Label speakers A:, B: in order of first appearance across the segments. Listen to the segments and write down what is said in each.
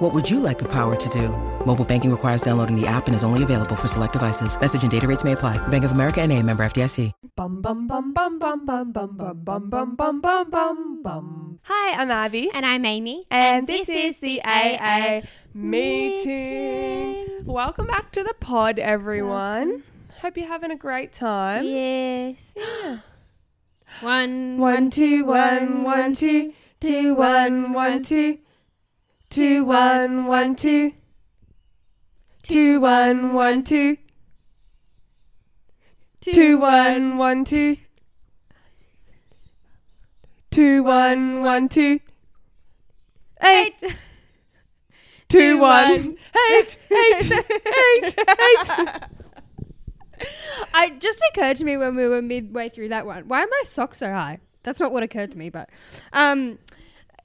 A: What would you like the power to do? Mobile banking requires downloading the app and is only available for select devices. Message and data rates may apply. Bank of America and a member FDIC.
B: Bum bum bum bum bum bum bum bum bum bum bum bum bum bum. Hi, I'm Abby,
C: And I'm Amy.
B: and this is the AA meeting. Welcome back to the pod, everyone. Hope you're having a great time.
C: Yes. One,
B: One two one one two two one one two two one one two two one one two two one one two two one one two eight two one eight eight eight eight.
C: I it just occurred to me when we were midway through that one. Why are my socks so high? That's not what occurred to me, but um,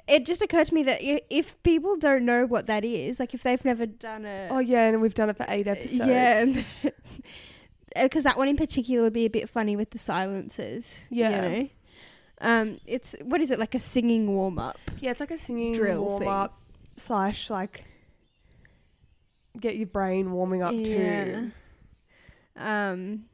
C: it just occurred to me that i- if people don't know what that is, like if they've never done a
B: Oh yeah, and we've done it for eight episodes.
C: yeah, because that one in particular would be a bit funny with the silences.
B: Yeah.
C: you know? um, it's what is it like a singing warm up?
B: Yeah, it's like a singing
C: Drill
B: warm
C: thing.
B: up slash like get your brain warming up too.
C: Um.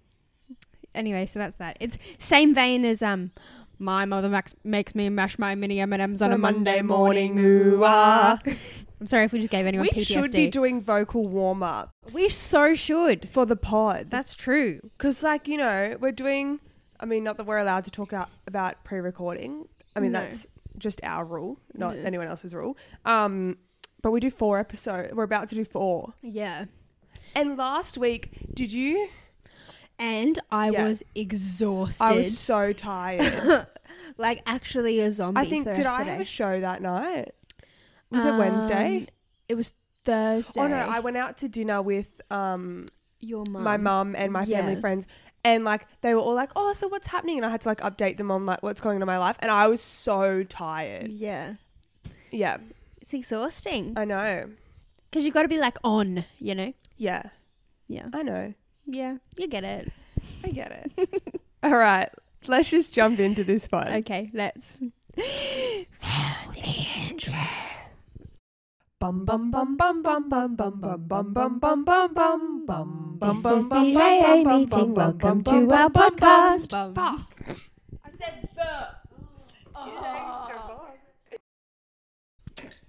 C: Anyway, so that's that. It's same vein as um. My mother max- makes me mash my mini M and M's on a Monday morning. Ooh ah. I'm sorry if we just gave anyone
B: We
C: PTSD.
B: should be doing vocal warm ups
C: we so should.
B: for the pod.
C: That's true.
B: because like you know we're doing. I mean, not that we're allowed to talk out about pre-recording. I mean
C: No.
B: that's just our rule, not
C: Yeah.
B: anyone else's rule. Um, but we do four episodes. We're about to do four.
C: Yeah.
B: And last week, did you?
C: And I
B: Yeah.
C: was exhausted.
B: I was so tired.
C: like actually a zombie.
B: I think
C: for the
B: did
C: rest of
B: I
C: the
B: have
C: day.
B: a show that night? Was it Wednesday?
C: Um, It was Thursday.
B: Oh no, I went out to dinner with um
C: your mum.
B: my mum and my family
C: Yeah.
B: friends and like they were all like, "Oh, so what's happening?" and I had to like update them on like what's going on in my life and I was so tired.
C: Yeah.
B: Yeah,
C: It's exhausting
B: I know.
C: because you've got to be like on. You know.
B: Yeah,
C: Yeah.
B: I know.
C: Yeah. You get it.
B: I get it. all right, let's just jump into this one.
C: Okay, let's.
B: Bum bum bum bum bum bum bum bum bum bum bum bum bum bum
D: This is the AA meeting. Welcome to our podcast.
B: Oh.
C: That's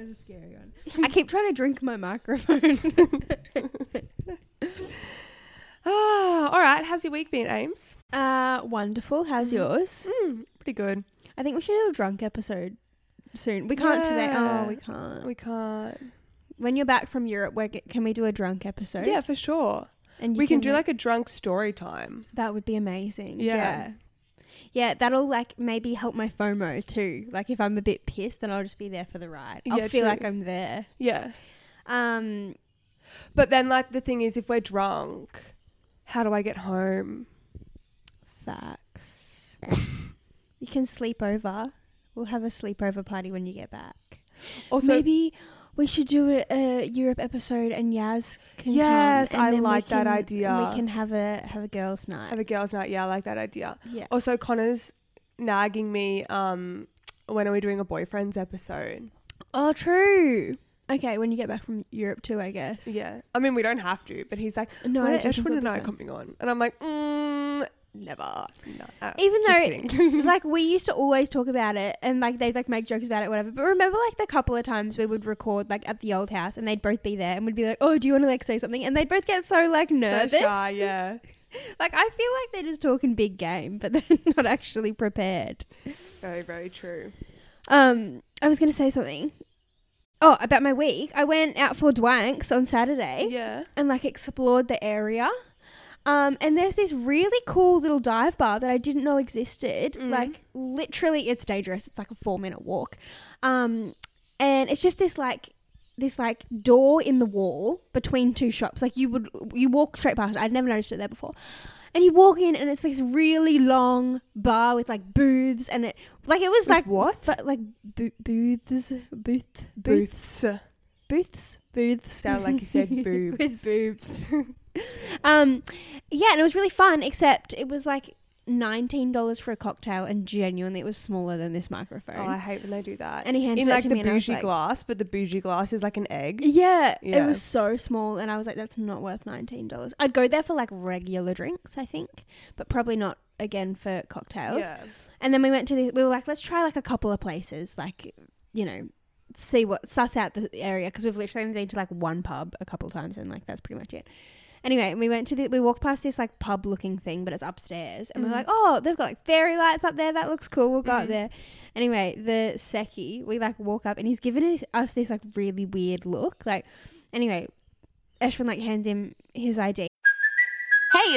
C: a scary one. I keep trying to drink my microphone.
B: Ah, all right. How's your week been, Ames?
C: uh, wonderful. How's yours?
B: Mm, pretty good.
C: I think we should do a drunk episode soon. We can't today.
B: Yeah.
C: Oh, we can't.
B: We can't.
C: when you're back from Europe, we're g- can we do a drunk episode?
B: Yeah, for sure.
C: and you
B: We can do like a drunk story time.
C: that would be amazing.
B: Yeah.
C: Yeah. yeah. that'll like maybe help my FOMO too. Like if I'm a bit pissed, then I'll just be there for the ride. I'll
B: Yeah,
C: feel
B: true.
C: like I'm there.
B: Yeah.
C: Um,
B: But then, like, the thing is, if we're drunk, how do I get home?
C: Facts. you can sleep over. We'll have a sleepover party when you get back.
B: Also,
C: Maybe we should do a, a Europe episode and Yaz can
B: Yes,
C: come.
B: I
C: and then we
B: like that
C: can-
B: idea.
C: We can have a have a girls' night.
B: have a girls' night. Yeah, I like that idea.
C: yeah.
B: Also, Connor's nagging me. Um, when are we doing a boyfriends episode?
C: Oh, true. Okay, when you get back from Europe too, I guess.
B: Yeah. I mean, we don't have to, but he's like,
C: No,
B: no, when
C: I
B: are
C: just think
B: Ashwin
C: it'll
B: and
C: be
B: I
C: fun.
B: coming on? And I'm like, mm, never. No, uh,
C: Even
B: just kidding.
C: though, like, we used to always talk about it, and like they'd like make jokes about it, whatever. But remember, like the couple of times we would record like at the old house, and they'd both be there, and we'd be like, "Oh, do you want to like say something?" And they'd both get so like nervous.
B: so shy, yeah.
C: Like I feel like they're just talking big game, but they're not actually prepared.
B: Very, very true.
C: Um, I was gonna say something. Oh, about my week. I went out for Dwanks on Saturday
B: Yeah.
C: and like explored the area. Um, and there's this really cool little dive bar that I didn't know existed.
B: Mhm.
C: Like literally, it's dangerous. It's like a four minute walk, um, and it's just this like this like door in the wall between two shops. Like you would you walk straight past. it. I'd never noticed it there before, and you walk in, and it's this really long bar with like booths, and it like it was like
B: what?
C: fu- like bo- booths, booth, booths,
B: Booths.
C: booths, booths.
B: Sound like you said boobs.
C: with boobs. um, yeah, and it was really fun. Except it was like nineteen dollars for a cocktail, and genuinely, it was smaller than this microphone.
B: Oh, I hate when they do that.
C: and he handed
B: in
C: it
B: like
C: to
B: the
C: me, and I was
B: bougie
C: like,
B: glass, but the bougie glass is like an egg.
C: Yeah,
B: Yeah.
C: it was so small, and I was like, "That's not worth nineteen dollars." I'd go there for like regular drinks, I think, but probably not again for cocktails.
B: Yeah.
C: And then we went to the, we were like, "Let's try like a couple of places, like you know, see what suss out the area," because we've literally only been to like one pub a couple times, and like that's pretty much it. Anyway, we went to the, we walked past this like pub looking thing, but it's upstairs, and we we're like, "Oh, they've got like fairy lights up there. That looks cool. We'll go up there." Anyway, the Seki, we like walk up and he's given us- us this like really weird look. Like, anyway, Ashwin like hands him his ID.
E: Hey,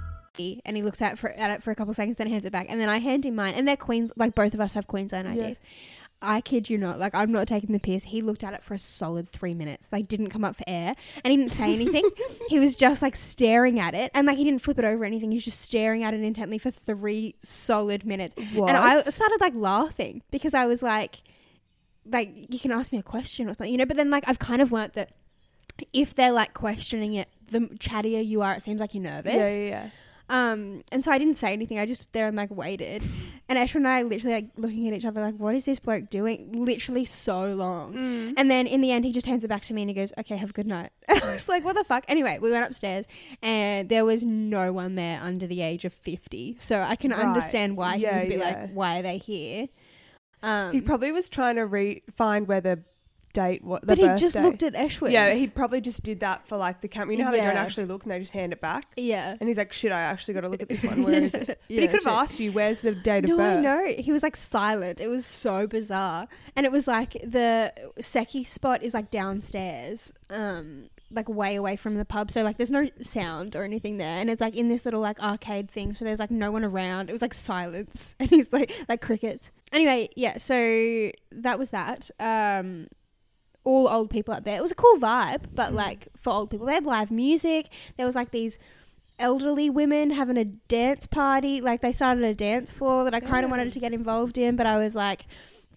C: And he looks at, for, at it for a couple seconds, then hands it back. And then I hand him mine. And they're Queens, like both of us have Queensland IDs. I kid you not, like I'm not taking the piss. He looked at it for a solid three minutes, like didn't come up for air and he didn't say anything. he was just like staring at it and like he didn't flip it over or anything. He was just staring at it intently for three solid minutes. And I
B: What?
C: started like laughing because I was like, like you can ask me a question or something, you know. But then like I've kind of learnt that if they're like questioning it, the chattier you are, it seems like you're nervous.
B: Yeah, yeah, yeah.
C: Um, and so I didn't say anything. I just stood there and like waited. And Ashwin and I literally like looking at each other like, what is this bloke doing? Literally so long.
B: Mm-hmm.
C: And then in the end, he just hands it back to me and he goes, okay, have a good night. And I was like, what the fuck? Anyway, we went upstairs and there was no one there under the age of 50. So I can
B: Right.
C: understand why he
B: Yeah,
C: was a bit
B: yeah.
C: like, why are they here? Um,
B: He probably was trying to re- find where the date was.
C: but he just looked at Ashwin.
B: Yeah, he probably just did that for like the camera. You know how they don't
C: Yeah.
B: actually look and they just hand it back?
C: yeah.
B: And he's like, shit, I actually got to look at this one. Where is it? But he
C: Yeah,
B: could have
C: true.
B: asked you, where's the date of
C: No,
B: birth?
C: I know. He was like silent. It was so bizarre. And it was like the Seki spot is like downstairs, um, like way away from the pub. So like there's no sound or anything there. And it's like in this little like arcade thing. So there's like no one around. It was like silence. And he's like like crickets. Anyway, yeah, so that was that. Um all old people up there. It was a cool vibe, but like for old people. They had live music. There was like these elderly women having a dance party. Like they started a dance floor that I kind of wanted to get involved in, but I was like,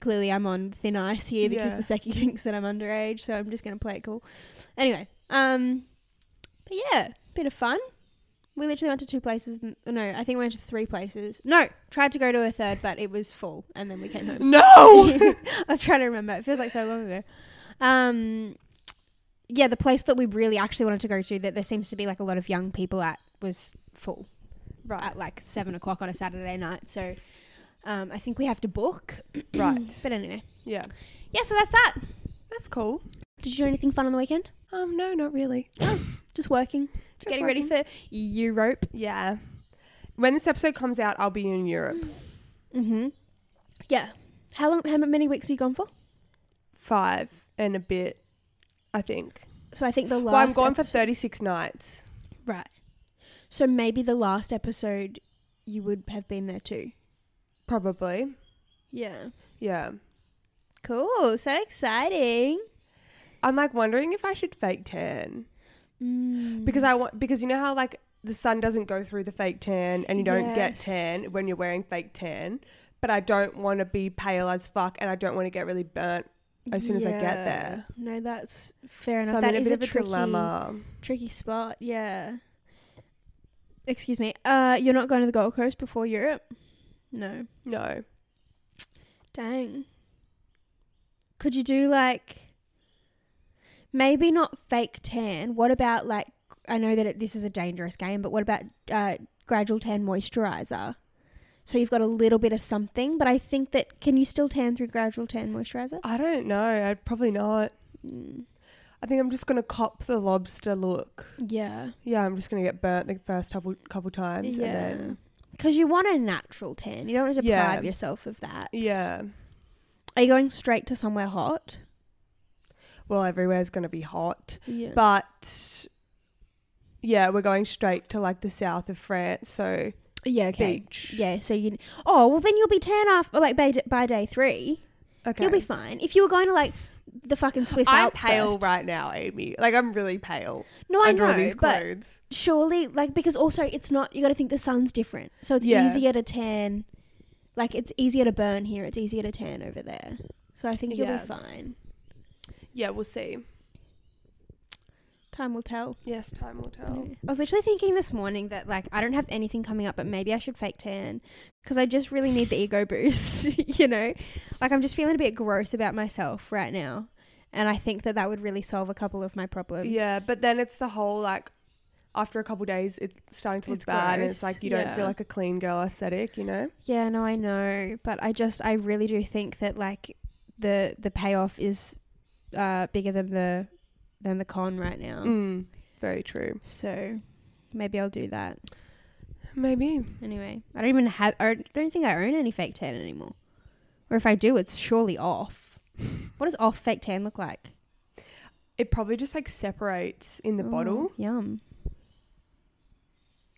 C: clearly I'm on thin ice here because
B: Yeah.
C: the Seki thinks that I'm underage, so I'm just gonna play it cool. Anyway, um, but yeah, bit of fun. We literally went to two places. n- No, I think we went to three places. No, tried to go to a third, but it was full, and then we came home.
B: No!
C: I was trying to remember. It feels like so long ago. Um, yeah, the place that we really actually wanted to go to that there seems to be like a lot of young people at was full
B: right,
C: at like seven o'clock on a Saturday night. So um, I think we have to book.
B: right.
C: But anyway,
B: Yeah.
C: yeah. So that's that.
B: That's cool.
C: Did you do anything fun on the weekend?
B: Um, no, not really.
C: Just working, getting ready for Europe.
B: Yeah. When this episode comes out, I'll be in Europe.
C: Mm-hmm. Yeah. How long? How many weeks are you gone for?
B: Five and a bit, I think.
C: So I think the last.
B: Well, I'm gone for
C: episode-
B: 36 nights.
C: Right. So maybe the last episode, you would have been there too.
B: Probably.
C: Yeah.
B: Yeah.
C: Cool. So exciting.
B: I'm like wondering if I should fake tan
C: Mm.
B: because I want because you know how like the sun doesn't go through the fake tan and you don't get
C: Yes.
B: tan when you're wearing fake tan, but I don't want to be pale as fuck and I don't want to get really burnt as soon as I get
C: Yeah.
B: there.
C: No, that's fair
B: So
C: enough.
B: I'm
C: That
B: in a
C: is
B: bit of a
C: tricky,
B: dilemma.
C: tricky spot. Yeah. Excuse me. Uh, you're not going to the Gold Coast before Europe? No.
B: No,
C: Dang. Could you do like maybe not fake tan? What about like I know that it, this is a dangerous game, but what about uh, gradual tan moisturizer? So you've got a little bit of something, but I think that can you still tan through gradual tan moisturizer? Mm.
B: I don't know. I'd probably not. I think I'm just gonna cop the lobster look.
C: Yeah.
B: Yeah, I'm just gonna get burnt the first couple couple times and
C: Yeah.
B: then
C: Because you want a natural tan. You don't want to
B: Yeah.
C: deprive yourself of that.
B: Yeah.
C: Are you going straight to somewhere hot?
B: Well, everywhere's going to be hot.
C: Yeah.
B: But yeah, we're going straight to like the south of France. So
C: yeah. Okay.
B: beach.
C: Yeah. So you. Oh well, then you'll be tan after like by, d- by day three.
B: okay.
C: You'll be fine. If you were going to like the fucking Swiss
B: I'm
C: Alps
B: pale
C: first.
B: right now, Amy. Like I'm really pale
C: No, I
B: under
C: know,
B: all these
C: but
B: clothes.
C: surely like because also it's not you got to think the sun's different, so it's
B: Yeah.
C: easier to tan. Like it's easier to burn here. It's easier to tan over there. So I think you'll
B: Yeah.
C: be fine.
B: yeah, we'll see.
C: Time will tell.
B: Yes, time will tell.
C: I was literally thinking this morning that like I don't have anything coming up, but maybe I should fake tan because I just really need the ego boost. you know, like I'm just feeling a bit gross about myself right now, and I think that that would really solve a couple of my problems.
B: Yeah, but then it's the whole like after a couple days, it's starting to look
C: It's
B: bad, and
C: gross,
B: it's like you don't
C: yeah.
B: feel like a clean girl aesthetic, you know?
C: yeah, no, I know, but I just I really do think that like the the payoff is uh, bigger than the than the con right now.
B: Mm, very true.
C: So maybe I'll do that
B: Maybe.
C: anyway. I don't even have. I don't think I own any fake tan anymore. Or if I do, it's surely off. what does off fake tan look like?
B: It probably just like separates in the
C: Oh,
B: bottle.
C: Yum.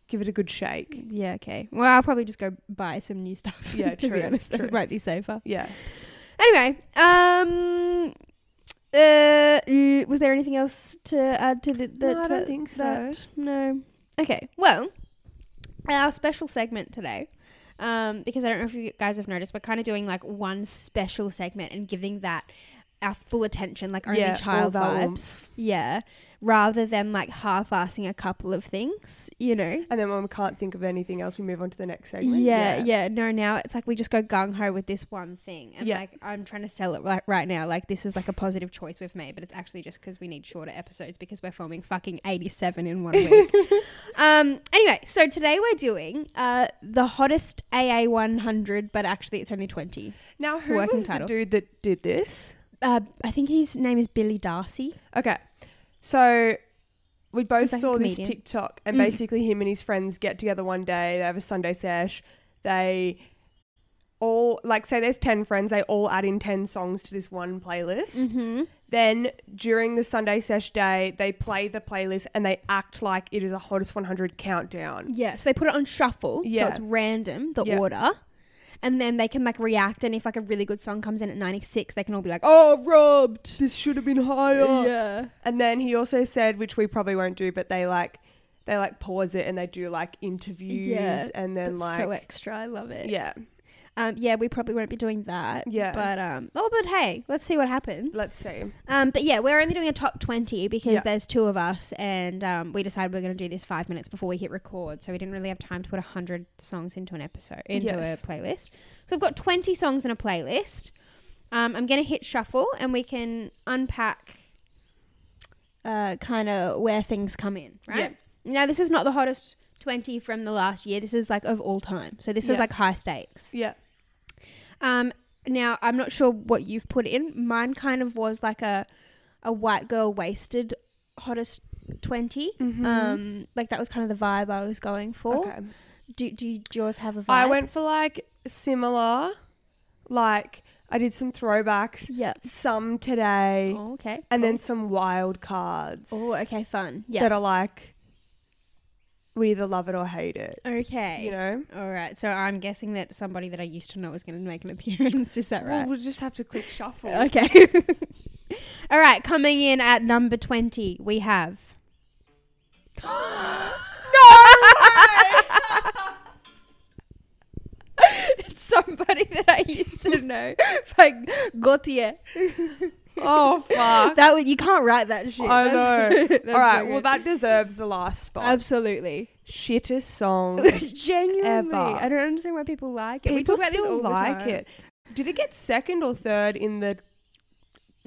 B: Give it a good shake.
C: Yeah. Okay. Well, I'll probably just go buy some new stuff.
B: Yeah,
C: to
B: true,
C: be honest,
B: true.
C: that might be safer.
B: Yeah.
C: Anyway, um, uh, you- was there anything else to add to the? the
B: No, I
C: to
B: don't think so.
C: that? No. Okay. Well, our special segment today. Um, because I don't know if you guys have noticed, we're kind of doing like one special segment and giving that our full attention, like only
B: Yeah, all
C: child
B: that
C: vibes.
B: oomph.
C: Yeah. Rather than like half assing a couple of things, you know?
B: And then when we can't think of anything else, we move on to the next segment.
C: Yeah, yeah, No, now it's like we just go gung ho with this one thing, and
B: Yeah.
C: like I'm trying to sell it right, right now. Like this is like a positive choice we've made, but it's actually just because we need shorter episodes because we're filming fucking 87 in one week. um. Anyway, so today we're doing uh the hottest AA 100, but actually it's only 20.
B: Now,
C: a
B: who
C: working
B: was
C: title.
B: the dude that did this?
C: Uh, I think his name is Billy Darcy.
B: Okay. So we both
C: He's like a
B: saw this
C: comedian. Mm.
B: TikTok, and basically, him and his friends get together one day. They have a Sunday sesh. They all, like, say there's 10 friends, they all add in 10 songs to this one playlist.
C: Mm-hmm.
B: Then during the Sunday sesh day, they play the playlist and they act like it is a hottest 100 countdown.
C: Yeah, so they put it on shuffle.
B: Yeah.
C: So it's random, the
B: Yeah.
C: order. And then they can like react. And if like a really good song comes in at 96, they can all be like, oh, robbed.
B: This should have been higher. And then he also said, which we probably won't do, but they like, they like pause it and they do like interviews
C: Yeah,
B: and then
C: That's
B: like,
C: so extra. I love it.
B: yeah,
C: Um, yeah, we probably won't be doing that.
B: Yeah.
C: But, um, oh, but hey, let's see what happens.
B: let's see.
C: Um, but yeah, we're only doing a top 20 because
B: Yeah.
C: there's two of us and um, we decided we are going to do this five minutes before we hit record. So we didn't really have time to put 100 songs into an episode, into
B: Yes.
C: a playlist. So we've got 20 songs in a playlist. Um, I'm going to hit shuffle and we can unpack uh, kind of where things come in, right? Now, this is not the hottest 20 from the last year. This is like of all time. So this
B: Yeah.
C: is like high stakes.
B: Yeah.
C: Um, now I'm not sure what you've put in. Mine kind of was like a a white girl wasted hottest 20 Um, like that was kind of the vibe I was going for.
B: Mm-hmm. Okay.
C: Do, do, do yours have a vibe?
B: I went for like similar, like I did some throwbacks,
C: Yeah.
B: some today,
C: Oh, okay.
B: and then some wild cards
C: Oh, okay. Fun.
B: that
C: Yeah.
B: are like we either love it or hate it.
C: Okay.
B: You know,
C: All right. So I'm guessing that somebody that I used to know is going to make an appearance. Is that
B: well,
C: right?
B: we'll just have to click shuffle.
C: okay. All right. Coming in at number twenty, we have. It's somebody that I used to know by Gautier.
B: oh fuck!
C: That was, you can't write that shit.
B: I
C: That's-
B: know.
C: that's
B: All right,
C: so
B: well
C: good.
B: that deserves the last spot.
C: absolutely.
B: Shittest song.
C: Genuinely, I don't understand why people like it. we
B: People
C: talk about this
B: still
C: all
B: like
C: the time.
B: it. Did it get second or third in the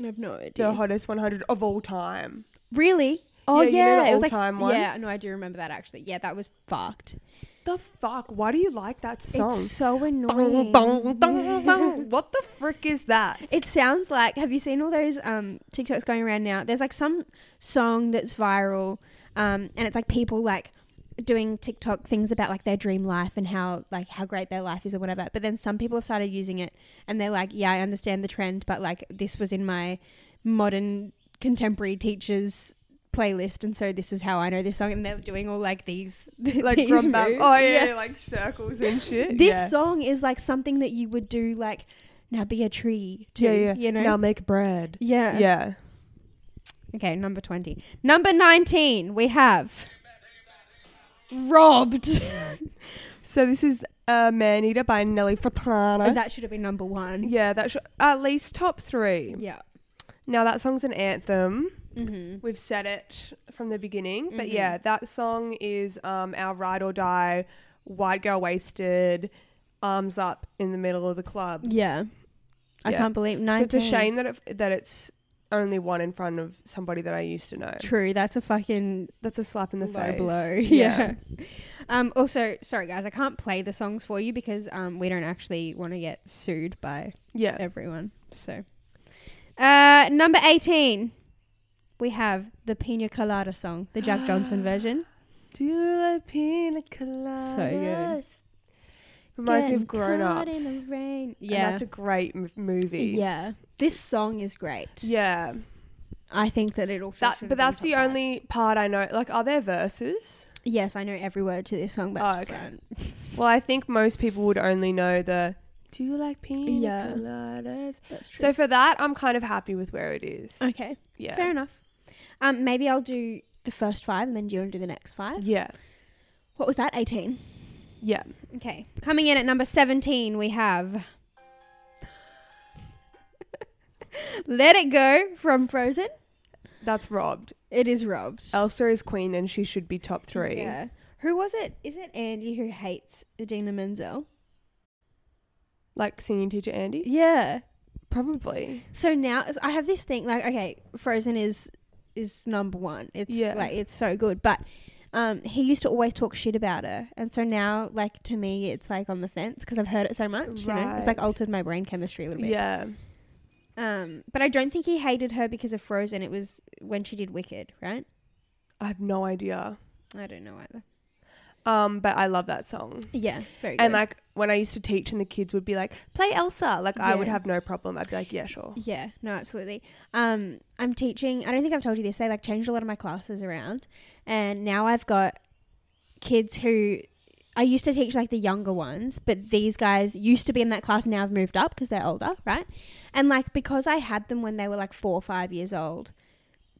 C: I have no idea.
B: the hottest 100 of all time?
C: really? Oh
B: Yeah,
C: yeah,
B: you know the
C: it was like
B: all-time one?
C: yeah. No, I do remember that actually. Yeah, that was fucked.
B: The fuck? Why do you like that song?
C: It's so
B: Bong,
C: annoying.
B: bong, bong, bong. what the frick is that?
C: It sounds like have you seen all those um TikToks going around now? There's like some song that's viral, um, and it's like people like doing TikTok things about like their dream life and how like how great their life is or whatever. But then some people have started using it and they're like, yeah, I understand the trend, but like this was in my modern contemporary teachers playlist and so this is how I know this song and they're doing all like these
B: Like
C: these
B: grump up.
C: moves.
B: Oh yeah, like circles and shit.
C: This
B: yeah.
C: song is like something that you would do like now be a tree to,
B: yeah, yeah.
C: you know.
B: now make bread.
C: yeah.
B: Yeah.
F: Okay, number 20. Number 19, we have Robbed.
B: So this is uh, Man Eater by Nelly Furtado.
C: That should have been number 1.
B: yeah, that's at least top three.
C: Yeah.
B: Now that song's an anthem.
C: Mhm.
B: We've said it from the beginning, but yeah, that song is um, our ride or die, white girl wasted, arms up in the middle of the club.
C: Yeah. I
B: Yeah.
C: can't believe 19.
B: So it's a shame that it, that it's only one in front of somebody that I used to know.
C: True, that's a fucking
B: That's a slap in the
C: low
B: face.
C: blow. Yeah. Um, also, sorry guys, I can't play the songs for you because um, we don't actually want to get sued by
B: yeah.
C: everyone. So, uh, number eighteen, we have the Pina Colada song, the Jack Johnson version.
B: Do you like pina coladas?
C: So good.
B: Reminds me
C: Getting
B: of Grown
C: caught
B: Ups.
C: in the rain.
B: And
C: Yeah,
B: that's a great m- movie.
C: yeah. This song is great.
B: Yeah.
C: I think that it all.
B: That,
C: should have
B: but that's
C: been
B: the
C: top five.
B: only part I know. Like, are there verses?
C: Yes, I know every word to this song. But
B: Oh, okay. Well, I think most people would only know the Do you like pina
C: Yeah.
B: coladas?
C: That's true.
B: So for that, I'm kind of happy with where it is.
C: okay,
B: Yeah.
C: fair enough. Um, maybe I'll do the first five, and then do you want to do the next five?
B: Yeah.
C: What was that? Eighteen.
B: Yeah.
F: Okay, coming in at number 17, we have Let It Go from Frozen.
B: That's robbed.
F: It is robbed.
B: Elsa is queen and she should be top three.
F: Yeah.
C: Who was it? Is it Andy who hates Adina Menzel?
B: Like singing teacher Andy?
C: Yeah.
B: Probably.
C: So now is- I have this thing like okay, Frozen is is number one. It's
B: Yeah.
C: like it's so good, but um, he used to always talk shit about her, and so now like to me it's like on the fence because I've heard it so much. You know? It's
B: Right.
C: like altered my brain chemistry a little bit.
B: Yeah.
C: Um, but I don't think he hated her because of Frozen. It was when she did Wicked, right?
B: I have no idea.
C: I don't know either.
B: Um, but I love that song.
C: Yeah, very good.
B: And like when I used to teach and the kids would be like, play Elsa. Like I would
C: Yeah.
B: have no problem. I'd be like, yeah, sure.
C: Yeah, no, absolutely. Um, I'm teaching. I don't think I've told you this. They like changed a lot of my classes around, and now I've got kids who I used to teach like the younger ones, but these guys used to be in that class. Now I've moved up because they're older, right? And like because I had them when they were like four or five years old.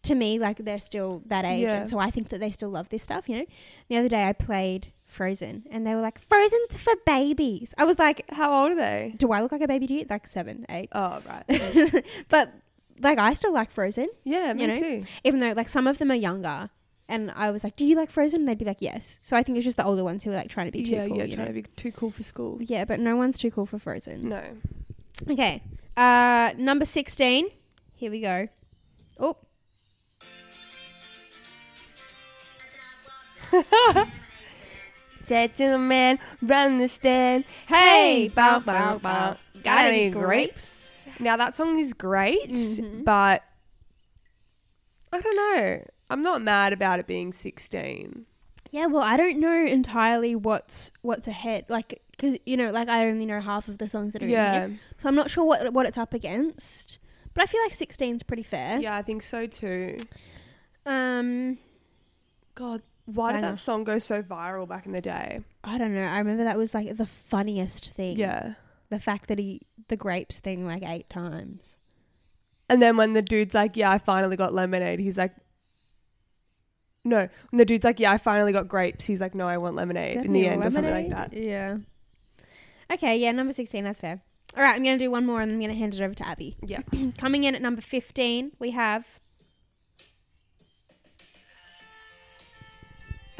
C: To me, like they're still that age,
B: Yeah.
C: and so I think that they still love this stuff. You know, the other day I played Frozen, and they were like, "Frozen's for babies." I was like,
B: How old are they?
C: "Do I look like a baby to you?" Like seven, eight
B: Oh, right.
C: but like I still like Frozen,
B: Yeah, me
C: You know?
B: too.
C: even though like some of them are younger. And I was like, "Do you like Frozen?" And they'd be like, "Yes." So I think it's just the older ones who are like trying to be too
B: yeah,
C: cool.
B: yeah,
C: you
B: trying
C: know?
B: to be too cool for school.
C: yeah, but no one's too cool for Frozen.
B: No.
C: Okay, uh, number sixteen. Here we go. Oh,
B: Dead to the man, run the stand.
C: hey,
B: bow, bow, bow. Got any grapes? Mm-hmm. Now that song is great, but I don't know. I'm not mad about it being 16.
C: Yeah, well, I don't know entirely what's what's ahead. Like, cause you know, like I only know half of the songs that are
B: Yeah.
C: in here, so I'm not sure what what it's up against. But I feel like 16's pretty fair.
B: Yeah, I think so too.
C: Um.
B: God, why did
C: Banger.
B: that song go so viral back in the day?
C: I don't know. I remember that was like the funniest thing.
B: Yeah.
C: The fact that he the grapes thing like eight times.
B: And then when the dude's like, "Yeah, I finally got lemonade," he's like, "No." When the dude's like, "Yeah, I finally got grapes," he's like, "No, I want lemonade." in the end, or something like that.
C: Yeah. Okay, yeah, number sixteen, that's fair. All right, I'm gonna do one more and I'm gonna hand it over to Abby.
B: Yeah.
C: Coming in at number fifteen, we have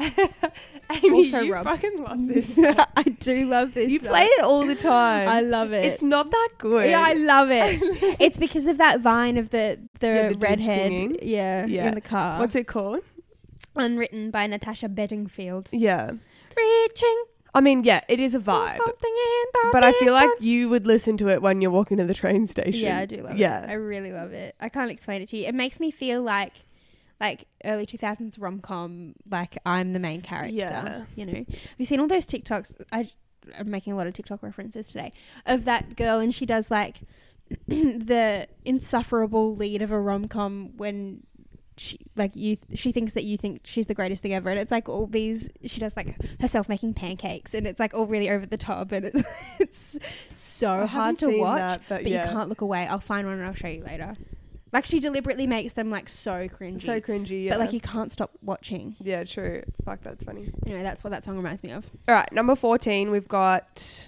B: Amy,
C: Also
B: you
C: rubbed.
B: fucking love this.
C: I do love this.
B: You play it all the time.
C: I love it.
B: It's not that good.
C: yeah, I love it. it's because of that vine of the the,
B: Yeah, the dude singing.
C: redhead, yeah,
B: Yeah.
C: in the car.
B: What's it called?
C: Unwritten by Natasha Bedingfield.
B: Yeah.
C: Reaching
B: I mean, yeah, it is a vibe.
C: something in the
B: But I feel like
C: distance.
B: you would listen to it when you're walking to the train station.
C: Yeah, I do love it. I
B: Yeah.
C: really love it. I can't explain it to you. It makes me feel like like early 2000s rom-com like I'm the main character,
B: Yeah.
C: you know. Have you seen all those TikToks? I I'm making a lot of TikTok references today of that girl and she does like the insufferable lead of a rom-com when she like you she thinks that you think she's the greatest thing ever and it's like all these she does like herself making pancakes and it's like all really over the top and it's, it's so
B: I
C: hard
B: haven't
C: to
B: seen
C: watch
B: that, but
C: but,
B: yeah.
C: you can't look away i'll find one and i'll show you later like she deliberately makes them like so cringy
B: So cringy. Yeah.
C: but like you can't stop watching
B: yeah, true. Fuck, that's funny.
C: anyway that's what that song reminds me of
B: All right, number 14, we've got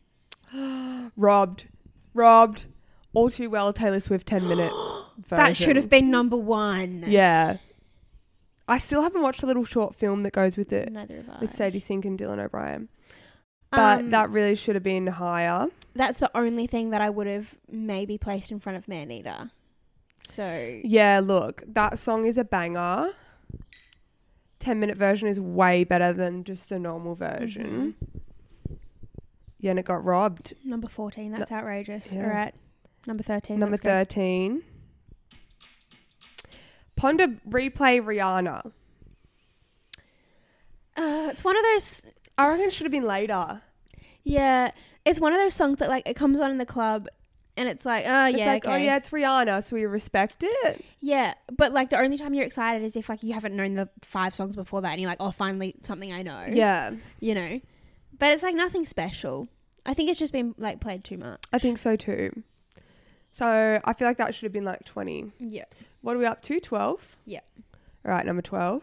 B: Robbed. Robbed. All Too Well, Taylor Swift 10 minute version.
C: that should have been number one
B: Yeah. I still haven't watched a little short film that goes with it
C: neither of us
B: with Sadie Sink and Dylan O'Brien. But
C: Um,
B: that really should have been higher.
C: that's the only thing that I would have maybe placed in front of Maneater. So
B: Yeah, look, that song is a banger. 10 minute version is way better than just the normal version.
C: Mm-hmm.
B: Yeah, and it got robbed.
C: number fourteen, that's outrageous.
B: yeah.
C: All right, number thirteen.
B: Number
C: let's go.
B: 13. Ponder replay Rihanna.
C: Uh, it's one of those.
B: I reckon it should have been later.
C: Oh, Yeah, it's one of those songs that like it comes on in the club, and it's like, oh
B: It's
C: yeah,
B: like, oh
C: okay.
B: yeah, it's Rihanna, so we respect it.
C: yeah. But like the only time you're excited is if like you haven't known the five songs before that, and you're like, oh, finally something I know.
B: Yeah,
C: you know. But it's like nothing special. I think it's just been like played too much.
B: I think so too. So I feel like that should have been like 20.
C: Yeah.
B: What are we up to? 12?
C: Yeah.
B: All right, number 12.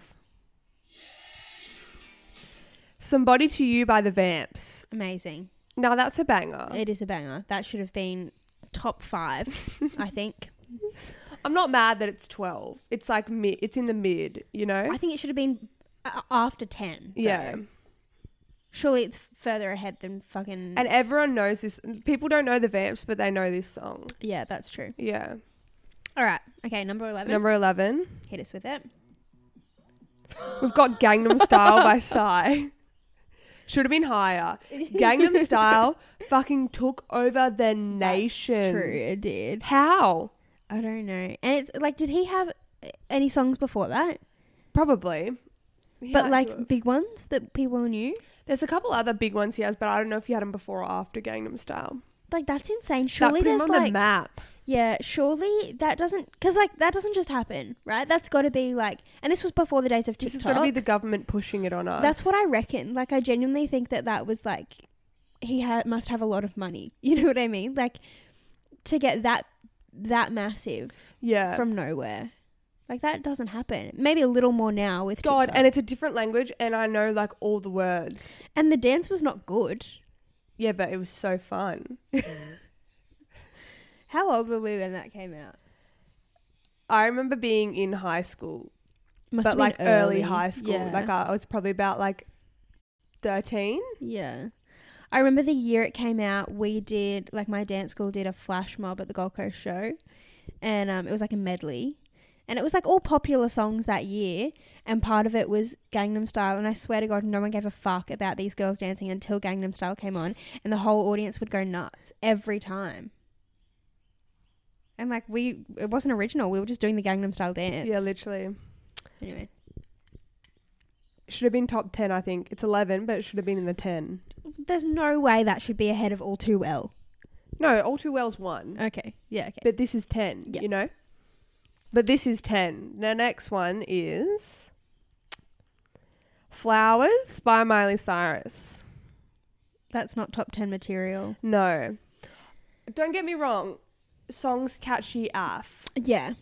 B: Somebody to You by the Vamps.
C: Amazing.
B: Now that's a banger.
C: It is a banger. That should have been top five, I think.
B: I'm not mad that it's 12. It's like mid, it's in the mid, you know?
C: I think it should have been a- after 10. though.
B: yeah.
C: Surely it's further ahead than fucking.
B: And everyone knows this. People don't know the Vamps, but they know this song.
C: yeah, that's true.
B: Yeah.
C: All right. Okay, number 11.
B: Number 11.
C: Hit us with it.
B: We've got Gangnam Style by Psy. Should have been higher. Gangnam Style fucking took over the nation.
C: it did.
B: How?
C: I don't know. And it's like, did he have uh, any songs before that?
B: Probably. He
C: but
B: had
C: like
B: to have.
C: big ones that people knew?
B: there's a couple other big ones he has, but I don't know if he had them before or after Gangnam Style.
C: Like, that's insane.
B: That
C: Surely
B: put him
C: there's
B: on the
C: like.
B: map.
C: Yeah, surely that doesn't. Because like, that doesn't just happen, right? That's got to be like. And this was before the days of TikTok.
B: This is going to be the government pushing it on us.
C: That's what I reckon. Like, I genuinely think that that was like he ha- must have a lot of money. You know what I mean? Like to get that that massive
B: Yeah.
C: from nowhere, like that doesn't happen. Maybe a little more now with
B: God,
C: TikTok.
B: and it's a different language, and I know like all the words.
C: and the dance was not good.
B: Yeah, but it was so fun.
C: How old were we when that came out?
B: I remember being in high school
C: Must
B: but
C: have
B: like
C: been
B: early. high school.
C: Yeah.
B: Like I, I was probably about like thirteen.
C: yeah. I remember the year it came out, we did like my dance school did a flash mob at the Gold Coast show, and um, it was like a medley, and it was like all popular songs that year, and part of it was Gangnam Style, and I swear to God, no one gave a fuck about these girls dancing until Gangnam Style came on, and the whole audience would go nuts every time. And like we, it wasn't original. We were just doing the Gangnam Style dance.
B: yeah, literally.
C: anyway,
B: Should have been top ten, I think. It's eleven, but it should have been in the ten.
C: there's no way that should be ahead of All Too Well.
B: No, all too well's one.
C: Okay. Yeah. Okay.
B: But this is ten,
C: Yeah.
B: you know? But this is ten. The next one is Flowers by Miley Cyrus.
C: That's not top ten material.
B: No. Don't get me wrong. Songs catchy af.
C: Yeah.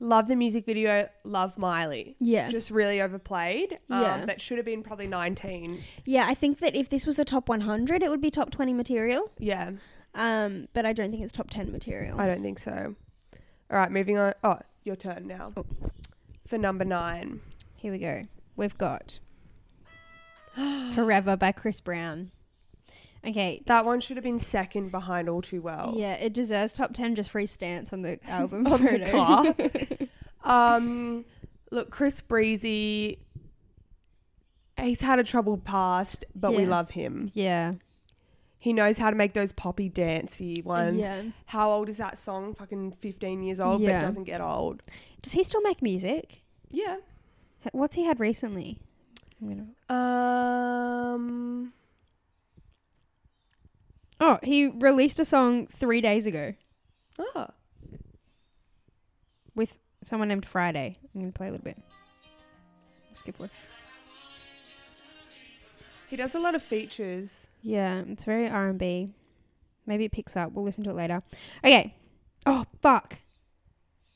B: Love the music video, love Miley.
C: Yeah.
B: Just really overplayed. Um,
C: Yeah.
B: But should have been probably 19.
C: yeah, I think that if this was a top 100, it would be top 20 material.
B: Yeah,
C: Um, but I don't think it's top 10 material.
B: I don't think so. All right, moving on. Oh, your turn now.
C: Oh.
B: For number nine.
C: Here we go. We've got Forever by Chris Brown. Okay.
B: That one should have been second behind All Too Well.
C: Yeah, it deserves top 10 just for his stance Oh. on the album
B: On the
C: photo.
B: car. um, look, Chris Breezy, he's had a troubled past, but we
C: Yeah.
B: love him.
C: yeah.
B: He knows how to make those poppy dancey ones.
C: Yeah.
B: How old is that song? Fucking 15 years old,
C: Yeah.
B: but doesn't get old.
C: Does he still make music?
B: Yeah.
C: H- What's he had recently? I'm gonna-
B: Um.
C: Oh, he released a song three days ago
B: Oh.
C: with someone named Friday. I'm gonna play a little bit. Skip one.
B: He does a lot of features.
C: Yeah, it's very R and B. Maybe it picks up. We'll listen to it later. Okay. Oh fuck.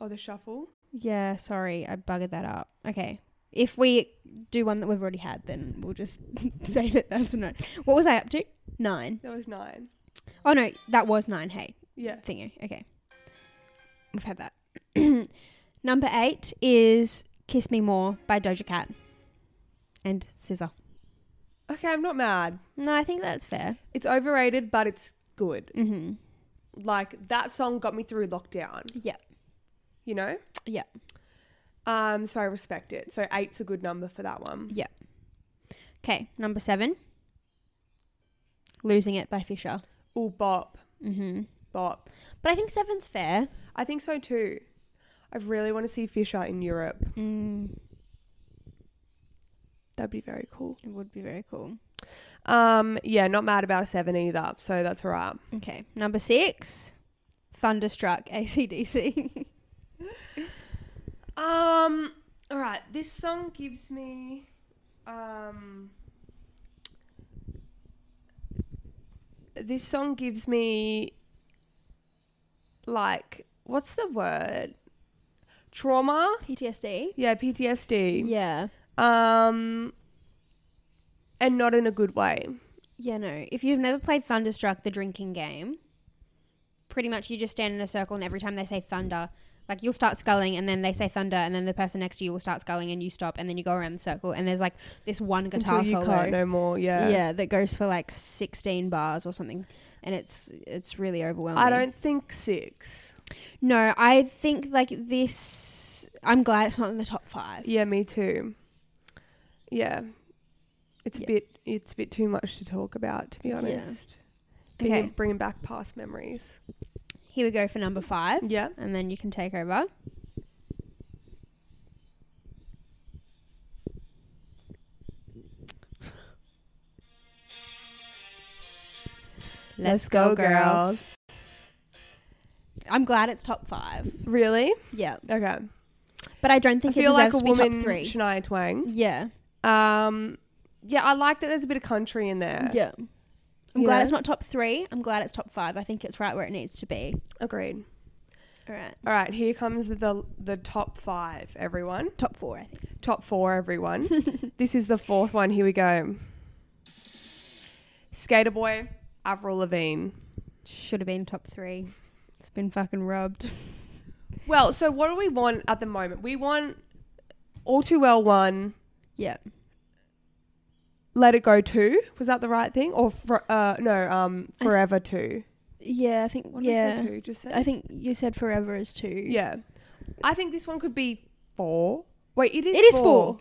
B: Oh, the shuffle.
C: Yeah, sorry, I buggered that up. Okay. If we do one that we've already had, then we'll just say that that's not. What was I up to? Nine.
B: There was nine.
C: Oh no, that was nine. Hey,
B: Yeah.
C: thingy. Okay. We've had that. Number eight is "Kiss Me More" by Doja Cat and Scissor.
B: Okay, I'm not mad.
C: No, I think that's fair.
B: It's overrated, but it's good.
C: Mm-hmm.
B: Like that song got me through lockdown.
C: Yeah.
B: You know.
C: Yeah.
B: Um. So I respect it. So eight's a good number for that one.
C: Okay. Number seven. "Losing It" by Fisher.
B: Ooh, bop,
C: Mm-hmm.
B: bop.
C: But I think seven's fair.
B: I think so too. I really want to see Fisher in Europe.
C: Mm,
B: That'd be very cool.
C: it would be very cool.
B: Um. Yeah. Not mad about a seven either. So that's alright.
C: Okay. Number six, Thunderstruck ACDC.
B: Um. All right. This song gives me, um. This song gives me, like, what's the word? Trauma.
C: PTSD.
B: Yeah, PTSD.
C: Yeah.
B: Um. And not in a good way.
C: Yeah, no. If you've never played Thunderstruck, the drinking game, pretty much you just stand in a circle and every time they say thunder, like you'll start sculling and then they say thunder and then the person next to you will start sculling and you stop and then you go around the circle and there's like this one guitar
B: Until you
C: solo.
B: can't no more. Yeah.
C: yeah. that goes for like 16 bars or something. And it's it's really overwhelming.
B: I don't think six.
C: No, I think like this. I'm glad it's not in the top five.
B: Yeah, me too. Yeah. It's
C: Yeah.
B: a bit it's a bit too much to talk about to be
C: Yeah.
B: honest. Bringing,
C: Okay,
B: bringing back past memories.
C: here we go for number five,
B: Yeah.
C: and then you can take over. Let's go, girls. I'm glad it's top five.
B: Really?
C: Yeah,
B: Okay.
C: but I don't
B: I
C: think it
B: feel like
C: deserves
B: a
C: to be
B: woman
C: top three.
B: Shania Twain.
C: yeah,
B: Um yeah, I like that there's a bit of country in there.
C: yeah. I'm glad
B: Yeah.
C: it's not top three. I'm glad it's top five. I think it's right where it needs to be.
B: Agreed.
C: All right,
B: All right, here comes the the top 5 everyone.
C: top four. I think.
B: Top 4 everyone. this is the fourth one. Here we go. Skater Boy, Avril Lavigne.
C: Should have been top three. It's been fucking robbed.
B: Well, so what do we want at the moment? We want All Too Well 1,
C: Yeah.
B: Let It Go 2. Was that the right thing? Or for, uh, no, um,
C: I th-
B: Forever 2.
C: Yeah, I think.
B: What did I
C: yeah,
B: say 2? Just then?
C: I think you said forever is two.
B: Yeah. I think this one could be 4. Wait, it is
C: it is four.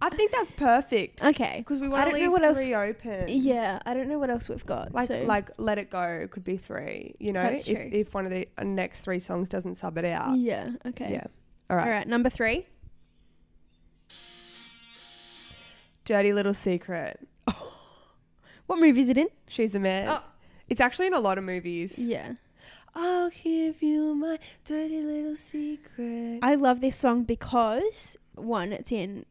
B: I think that's perfect.
C: okay.
B: Because we
C: I
B: want to
C: don't know
B: leave
C: what else-
B: three open.
C: Yeah, I don't know what else we've got.
B: Like,
C: so.
B: like, let it go could be three. You know,
C: That's
B: if
C: true.
B: if one of the uh, next three songs doesn't sub it out.
C: yeah. Okay.
B: Yeah. All right.
C: All right. Number three.
B: Dirty little secret.
C: What movie is it in?
B: She's a man.
C: Oh.
B: It's actually in a lot of movies.
C: Yeah.
B: I'll give you my dirty little secret.
C: I love this song because one, it's in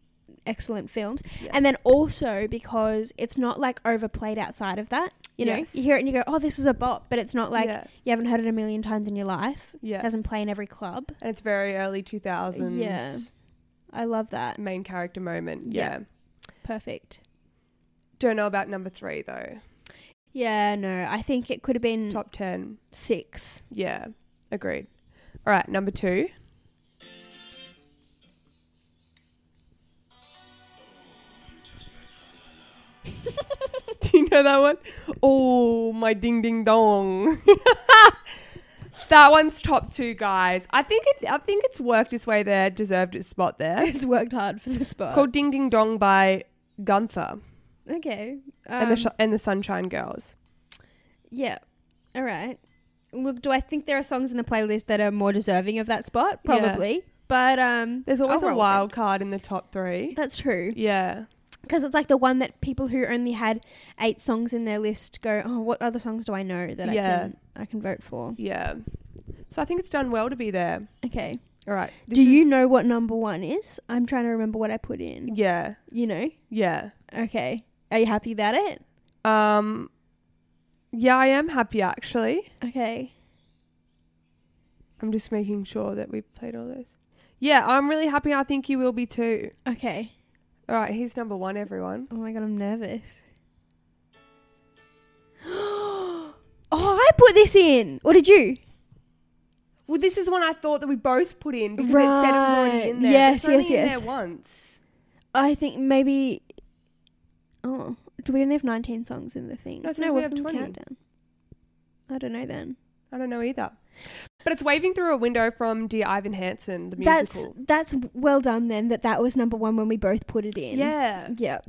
C: excellent films,
B: Yes.
C: and then also because it's not like overplayed outside of that. You know,
B: Yes.
C: you hear it and you go, "Oh, this is a bop," but it's not like
B: yeah,
C: you haven't heard it a million times in your life.
B: yeah.
C: It doesn't play in every club.
B: and it's very early two thousands.
C: Yeah. I love that.
B: main character moment.
C: Yeah.
B: Yeah.
C: Perfect.
B: don't know about number three though.
C: Yeah, no, I think it could have been
B: Top ten.
C: six.
B: Yeah, agreed. All right, number two. Do you know that one? Oh, my ding ding dong. that one's top two, guys. I think it. I think it's worked its way there, deserved its spot there. It's
C: It's worked hard for the spot.
B: called Ding Ding Dong by Gunther
C: okay.
B: and the
C: um,
B: sh- and the Sunshine Girls.
C: yeah. All right. Look, do I think there are songs in the playlist that are more deserving of that spot? Probably.
F: But um,
B: There's always
C: oh,
F: I'll
B: a
F: roll with
B: wild card in the top three.
C: it. That's true.
B: Yeah.
C: Because it's like the one that people who only had eight songs in their list go, oh, what other songs do I know that
B: Yeah.
C: I can I can vote for?
B: Yeah. So I think it's done well to be there.
C: Okay.
B: All right.
C: do
B: this
C: you
B: is-
C: know what number one is? I'm trying to remember what I put in.
B: Yeah.
C: You know?
B: Yeah.
C: Okay. Are you happy about it?
B: Um. Yeah, I am happy actually.
C: Okay.
B: I'm just making sure that we played all those. Yeah, I'm really happy. I think you will be too.
C: Okay.
B: All right, he's number one, everyone.
C: Oh my god, I'm nervous. oh, I put this in. What did you?
B: Well, this is one I thought that we both put in because it said it was already in
C: Right.
B: there.
C: Yes,
B: It's only
C: yes,
B: in
C: yes.
B: there once.
C: I think maybe. Oh, do we only have 19 songs in the thing?
B: No, I think we
C: we've
B: have
C: done the
B: 20.
C: Countdown. I don't know then.
B: I don't know either. But it's waving through a window from Dear Ivan Hansen, the
C: That's
B: musical.
C: that's well done then. That that was number one when we both put it in.
B: yeah.
C: Yeah.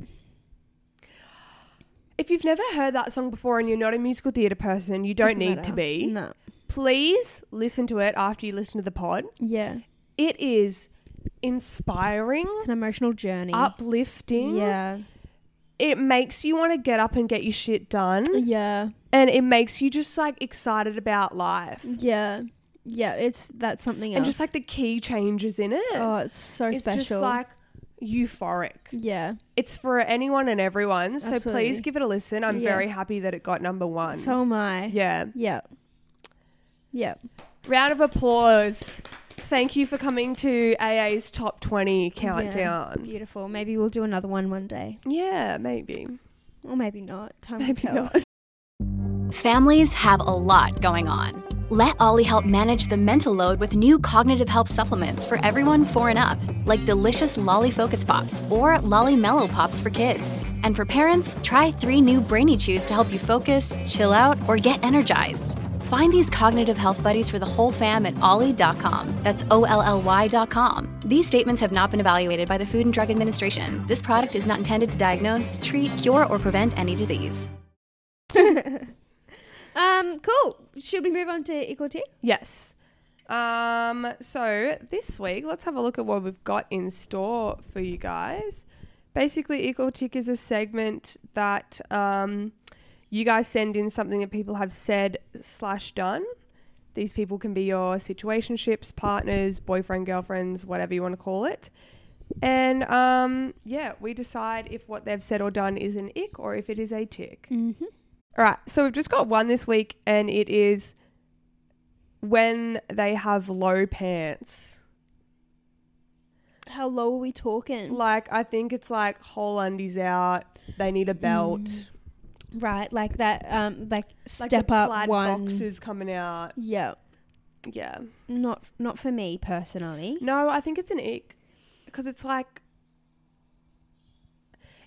B: If you've never heard that song before and you're not a musical theatre person, you don't
C: Doesn't
B: need
C: matter.
B: to be.
C: No.
B: Please listen to it after you listen to the pod.
C: Yeah.
B: It is inspiring,
C: It's an emotional journey.
B: uplifting.
C: Yeah.
B: It makes you want to get up and get your shit done.
C: Yeah.
B: And it makes you just like excited about life.
C: Yeah. Yeah. It's that's something else.
B: And just like the key changes in it.
C: oh, it's so
B: it's
C: special.
B: just like euphoric.
C: yeah.
B: It's for anyone and everyone. So please
C: Absolutely.
B: give it a listen. I'm
C: Yeah.
B: very happy that it got number one.
C: So am I.
B: um, yeah.
C: Yeah. Yeah.
B: Round of applause. Thank you for coming to AA's top 20 countdown.
C: Beautiful. Maybe we'll do another one one day,
B: Yeah, maybe.
C: or maybe not. Time will
B: Maybe
C: tell.
B: not.
G: Families have a lot going on. Let Ollie help manage the mental load with new cognitive help supplements for everyone four and up, like delicious Lolly Focus Pops or Lolly Mellow Pops for kids. And for parents, try three new Brainy Chews to help you focus, chill out, or get energized. Find these cognitive health buddies for the whole fam at ollie.com. That's O L L Y.com. These statements have not been evaluated by the Food and Drug Administration. This product is not intended to diagnose, treat, cure, or prevent any disease.
C: Um. Cool. Should we move on to equal tick?
B: Yes. Um, so this week, let's have a look at what we've got in store for you guys. Basically, Equal Tick is a segment that um, you guys send in something that people have said slash done. These people can be your situationships, partners, boyfriend, girlfriends, whatever you want to call it. And um, yeah, we decide if what they've said or done is an ick or if it is a tick.
C: Mm-hmm.
B: All right, so we've just got one this week, and it is when they have low pants.
C: How low are we talking?
B: Like, I think it's like whole undies out. They need a
C: Mm.
B: belt.
C: right. Like that. Um. Like
B: Like
C: step
B: the
C: up
B: plaid
C: one.
B: Boxes coming out.
C: Yeah.
B: Yeah.
C: Not not for me personally.
B: No, I think it's an ick because it's like.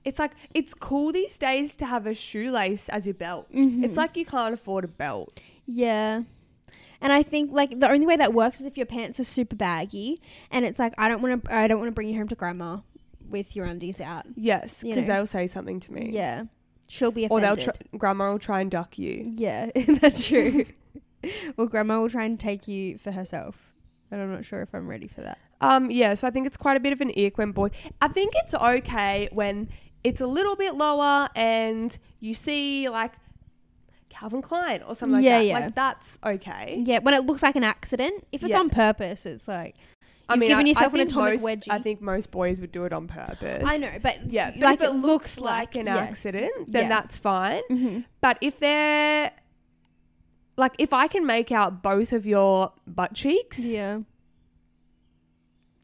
B: It's like it's cool these days to have a shoelace as your belt.
C: Mm. Mm-hmm.
B: It's like you can't afford a belt.
C: Yeah. And I think like the only way that works is if your pants are super baggy, and it's like I don't want to. I don't want to bring you home to grandma with your undies out.
B: Yes,
C: You
B: because
C: know.
B: they'll say something to me.
C: Yeah. She'll be
B: Or
C: offended.
B: they'll tr- grandma will try and duck you.
C: Yeah, that's true. well, grandma will try and take you for herself. And I'm not sure if I'm ready for that.
B: Um, yeah, so I think it's quite a bit of an ick when boy. I think it's okay when it's a little bit lower and you see like Calvin Klein or something like
C: Yeah,
B: that.
C: yeah.
B: Like that's okay.
C: Yeah, when it looks like an accident, if it's
B: Yeah.
C: on purpose, it's like you've given yourself an
B: think
C: atomic
B: most,
C: wedgie.
B: I think most boys would do it on purpose.
C: I know, but
B: Yeah, but
C: like
B: if it, looks like, an
C: yeah.
B: accident, then
C: Yeah.
B: that's fine.
C: Mhm.
B: But if they're like, if I can make out both of your butt cheeks,
C: Yeah,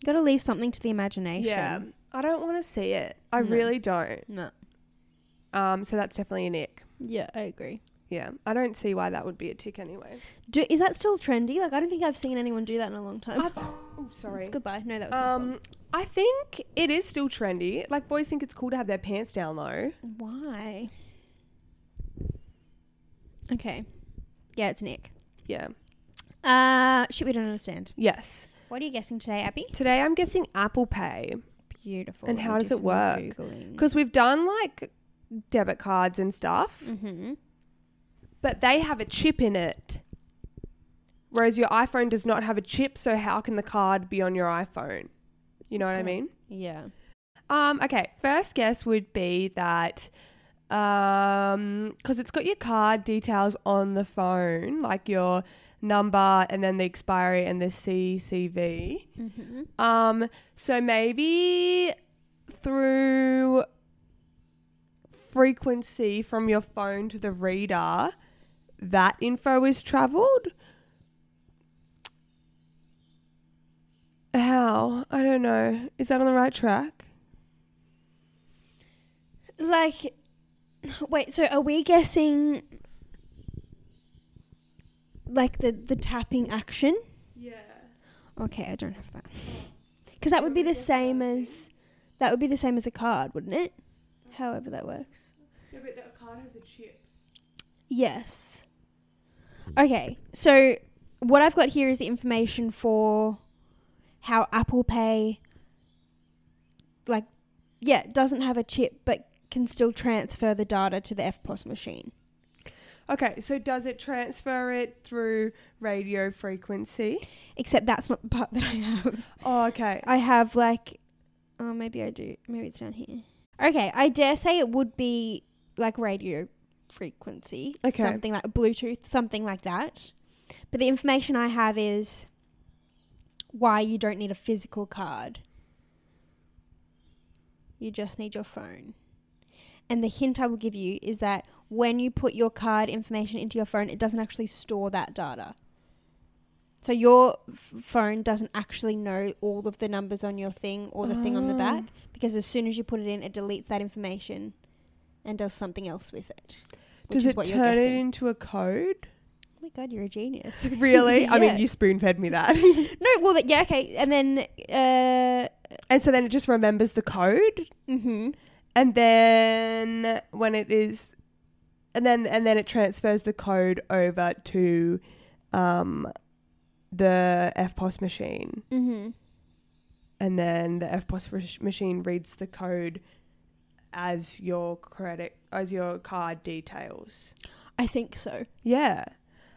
C: got to leave something to the imagination.
B: yeah, I don't want to see it. I
C: No.
B: really don't.
C: No.
B: Um, so that's definitely an ick.
C: Yeah, I agree.
B: Yeah, I don't see why that would be a tick anyway.
C: Do, is that still trendy? Like, I don't think I've seen anyone do that in a long time.
B: I, oh, sorry.
C: Goodbye. No, that was
B: Um, I think it is still trendy. Like boys think it's cool to have their pants down low.
C: my fault. Why? Okay. Yeah, it's Nick.
B: Yeah.
C: Uh, shit, we don't understand.
B: Yes.
C: What are you guessing today, Abby?
B: Today I'm guessing Apple Pay
C: Beautiful.
B: And
C: Let
B: how
C: me
B: does
C: do
B: it
C: some
B: work?
C: Googling.
B: because we've done like debit cards
C: Mm.
B: and stuff,
C: Mhm.
B: but they have a chip in it. Whereas your iPhone does not have a chip, so how can the card be on your iPhone? You know what I mean?
C: Yeah.
B: Um, okay, first guess would be that because it's got your card details on the phone, like your number and then the expiry and the CCV. Um, so maybe through frequency from your phone to the reader, that info is traveled. How? I don't know. Is that on the right track?
C: Like, wait. So are we guessing like the the tapping action?
B: Yeah.
C: Okay, I don't have that. Because that would be the same as that would be the same as a card, wouldn't it? However that works.
B: No, but that card has a chip.
C: Yes. Okay, so what I've got here is the information for how Apple Pay, like, yeah, doesn't have a chip but can still transfer the data to the FPOS machine.
B: Okay, so does it transfer it through radio frequency?
C: Except that's not the part that I have.
B: Oh, okay.
C: I have, like, oh, maybe I do. Maybe it's down here. Okay, I dare say it would be like radio frequency.
B: Okay.
C: Something like Bluetooth, something like that. But the information I have is why you don't need a physical card. You just need your phone. And the hint I will give you is that when you put your card information into your phone, it doesn't actually store that data. So your f- phone doesn't actually know all of the numbers on your thing or the thing on the
B: Ah.
C: back because as soon as you put it in, it deletes that information and does something else with it. Which
B: does
C: is
B: it
C: what you're
B: turn it
C: guessing.
B: into a code?
C: oh my god, you're a genius.
B: Really? I
C: Yeah.
B: mean, you spoon fed me that.
C: no, well, but yeah, okay. And then, uh,
B: and so then it just remembers the code,
C: mm-hmm.
B: and then when it is, and then and then it transfers the code over to, um, the FPOS machine,
C: Mm-hmm.
B: and then the FPOS mach- machine reads the code as your credit as your card details.
C: I think so.
B: Yeah.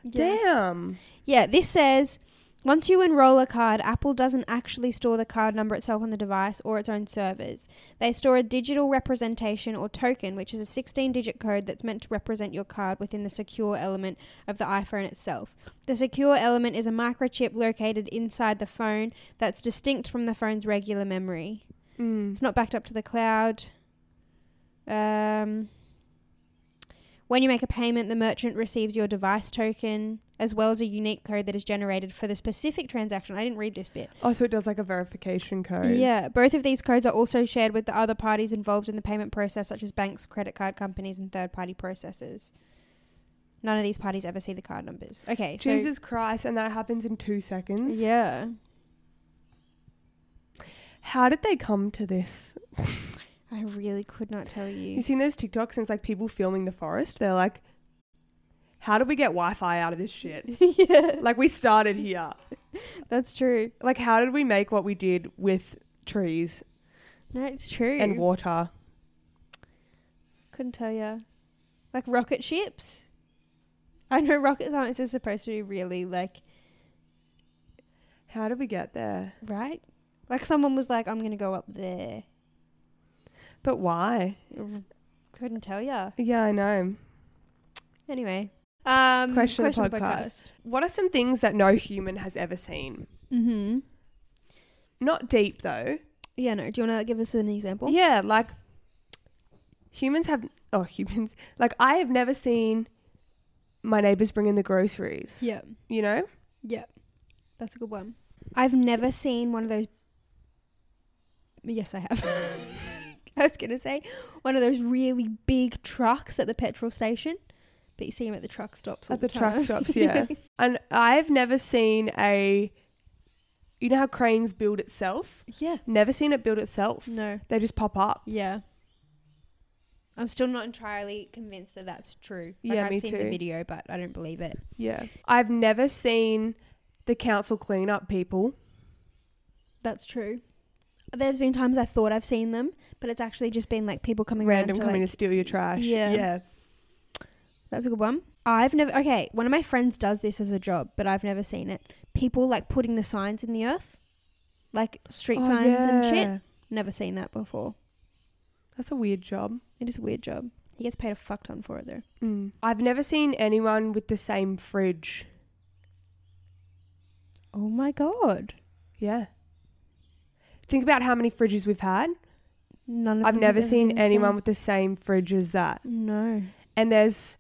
C: Yeah.
B: Damn.
C: Yeah, this says once you enroll a card, Apple doesn't actually store the card number itself on the device or its own servers. They store a digital representation or token, which is a 16 digit code that's meant to represent your card within the secure element of the iPhone itself. The secure element is a microchip located inside the phone that's distinct from the phone's regular memory. It's not backed up to the cloud. Um, when you make a payment, the merchant receives your device token as well as a unique code that is generated for the specific transaction. I didn't read this bit.
B: Oh, so it does like a verification code.
C: Yeah, both of these codes are also shared with the other parties involved in the payment process, such as banks, credit card companies, and third party processors. None of these parties ever see the card numbers. Okay, so-
B: Jesus Christ, and that happens in two seconds.
C: Yeah,
B: How did they come to this?
C: I really could not tell you.
B: You've seen those TikToks and it's like people filming the forest. They're like, how did we get Wi Fi out of this shit?
C: yeah,
B: like, we started here.
C: that's true.
B: Like, how did we make what we did with trees
C: No, it's true.
B: and water?
C: Couldn't tell ya. Like rocket ships. I know rocket science is supposed to be really like
B: How did we get there?
C: right. Like someone was like, "I'm gonna go up there."
B: But why?
C: Couldn't tell ya.
B: Yeah, I know.
C: Anyway, um,
B: Question the podcast. What are some things that no human has ever seen?
C: Mm-hmm.
B: Not deep, though.
C: Yeah, no. Do you want to give us an example?
B: Yeah, like humans have oh humans like I have never seen my neighbors bring in the groceries.
C: Yeah,
B: You know?
C: yeah. That's a good one. I've never seen one of those. Yes, I have. I was gonna say one of those really big trucks at the petrol station, but you see them at the truck stops. All
B: At the
C: time.
B: truck stops, yeah. and I've never seen a you know how cranes build itself?
C: Yeah.
B: Never seen it build itself.
C: No.
B: They just pop up.
C: Yeah. I'm still not entirely convinced that that's true. Like,
B: Yeah,
C: I've
B: me
C: seen
B: too.
C: the video, but I don't believe it.
B: Yeah. I've never seen the council clean up people.
C: That's true. There's been times I thought I've seen them, but it's actually just been like people coming
B: Random
C: around to,
B: coming
C: like-
B: to steal your trash.
C: Yeah.
B: Yeah.
C: That's a good one. I've never okay. One of my friends does this as a job, but I've never seen it. People like putting the signs in the earth, like street
B: Oh,
C: signs and
B: yeah.
C: shit. Never seen that before.
B: That's a weird job.
C: It is a weird job. He gets paid a fuck ton for it though.
B: I've never seen anyone with the same fridge.
C: Oh my god,
B: Yeah. Think about how many fridges we've had.
C: none of
B: I've
C: them
B: never
C: have ever
B: seen
C: been the
B: anyone
C: same.
B: with the same fridge as that.
C: no.
B: And there's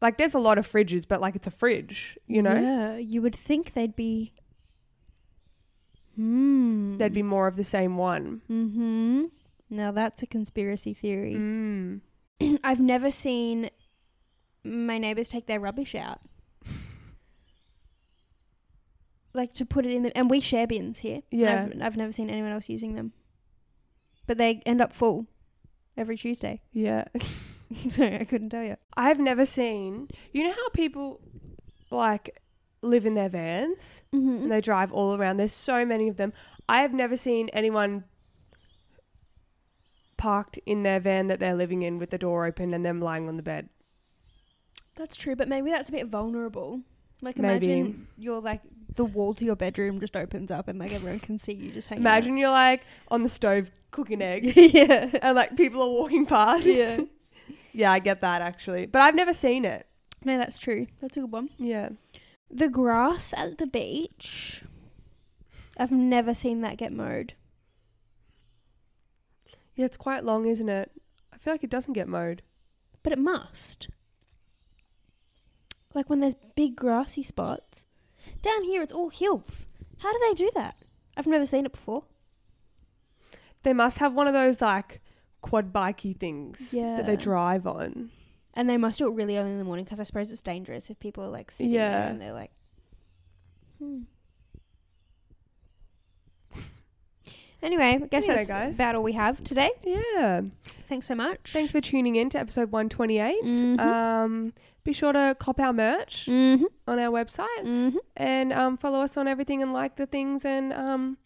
B: like there's a lot of fridges, but like it's a fridge, you know?
C: yeah, you would think they'd be. Hmm.
B: There'd be more of the same one.
C: Mm-hmm. Now that's a conspiracy theory.
B: Mm.
C: I've never seen my neighbors take their rubbish out. like to put it in the and we share bins here. and
B: Yeah.
C: I've, I've never seen anyone else using them. But they end up full every Tuesday.
B: Yeah.
C: so I couldn't tell you.
B: I've never seen you know how people like live in their vans
C: Mm-hmm.
B: and they drive all around. There's so many of them. I have never seen anyone parked in their van that they're living in with the door open and them lying on the bed.
C: That's true, but maybe that's a bit vulnerable. Like
B: Maybe.
C: imagine you're like the wall to your bedroom just opens up and like everyone can see you just hanging. out.
B: Imagine you're like on the stove cooking eggs
C: yeah.
B: and like people are walking past.
C: Yeah.
B: yeah, I get that actually. But I've never seen it.
C: No, that's true. That's a good one.
B: Yeah.
C: The grass at the beach. I've never seen that get mowed.
B: Yeah, it's quite long, isn't it? I feel like it doesn't get mowed.
C: But it must. Like when there's big grassy spots. Down here it's all hills. How do they do that? I've never seen it before.
B: They must have one of those like quad bikey things that
C: Yeah.
B: they drive on.
C: And they must do it really early in the morning because I suppose it's dangerous if people are like sitting
B: Yeah.
C: there and they're like. Hmm. Anyway, I guess
B: Anyway,
C: that's
B: guys.
C: about all we have today.
B: Yeah.
C: Thanks so much.
B: Thanks for tuning in to episode 128.
C: Mhm.
B: Um, be sure to cop our merch
C: Mm-hmm.
B: on our website
C: Mm-hmm.
B: and um, follow us on everything and like the things and um,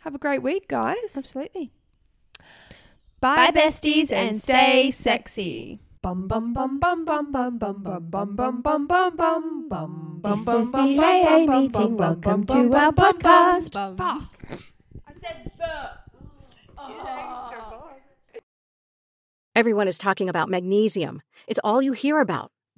B: have a great week, guys.
C: Absolutely.
B: Bye,
C: besties, and stay sexy.
H: Bum bum bum bum bum bum bum bum bum bum bum bum bum bum.
D: This is the AA meeting. Welcome to our podcast.
I: Everyone is talking about magnesium. It's all you hear about.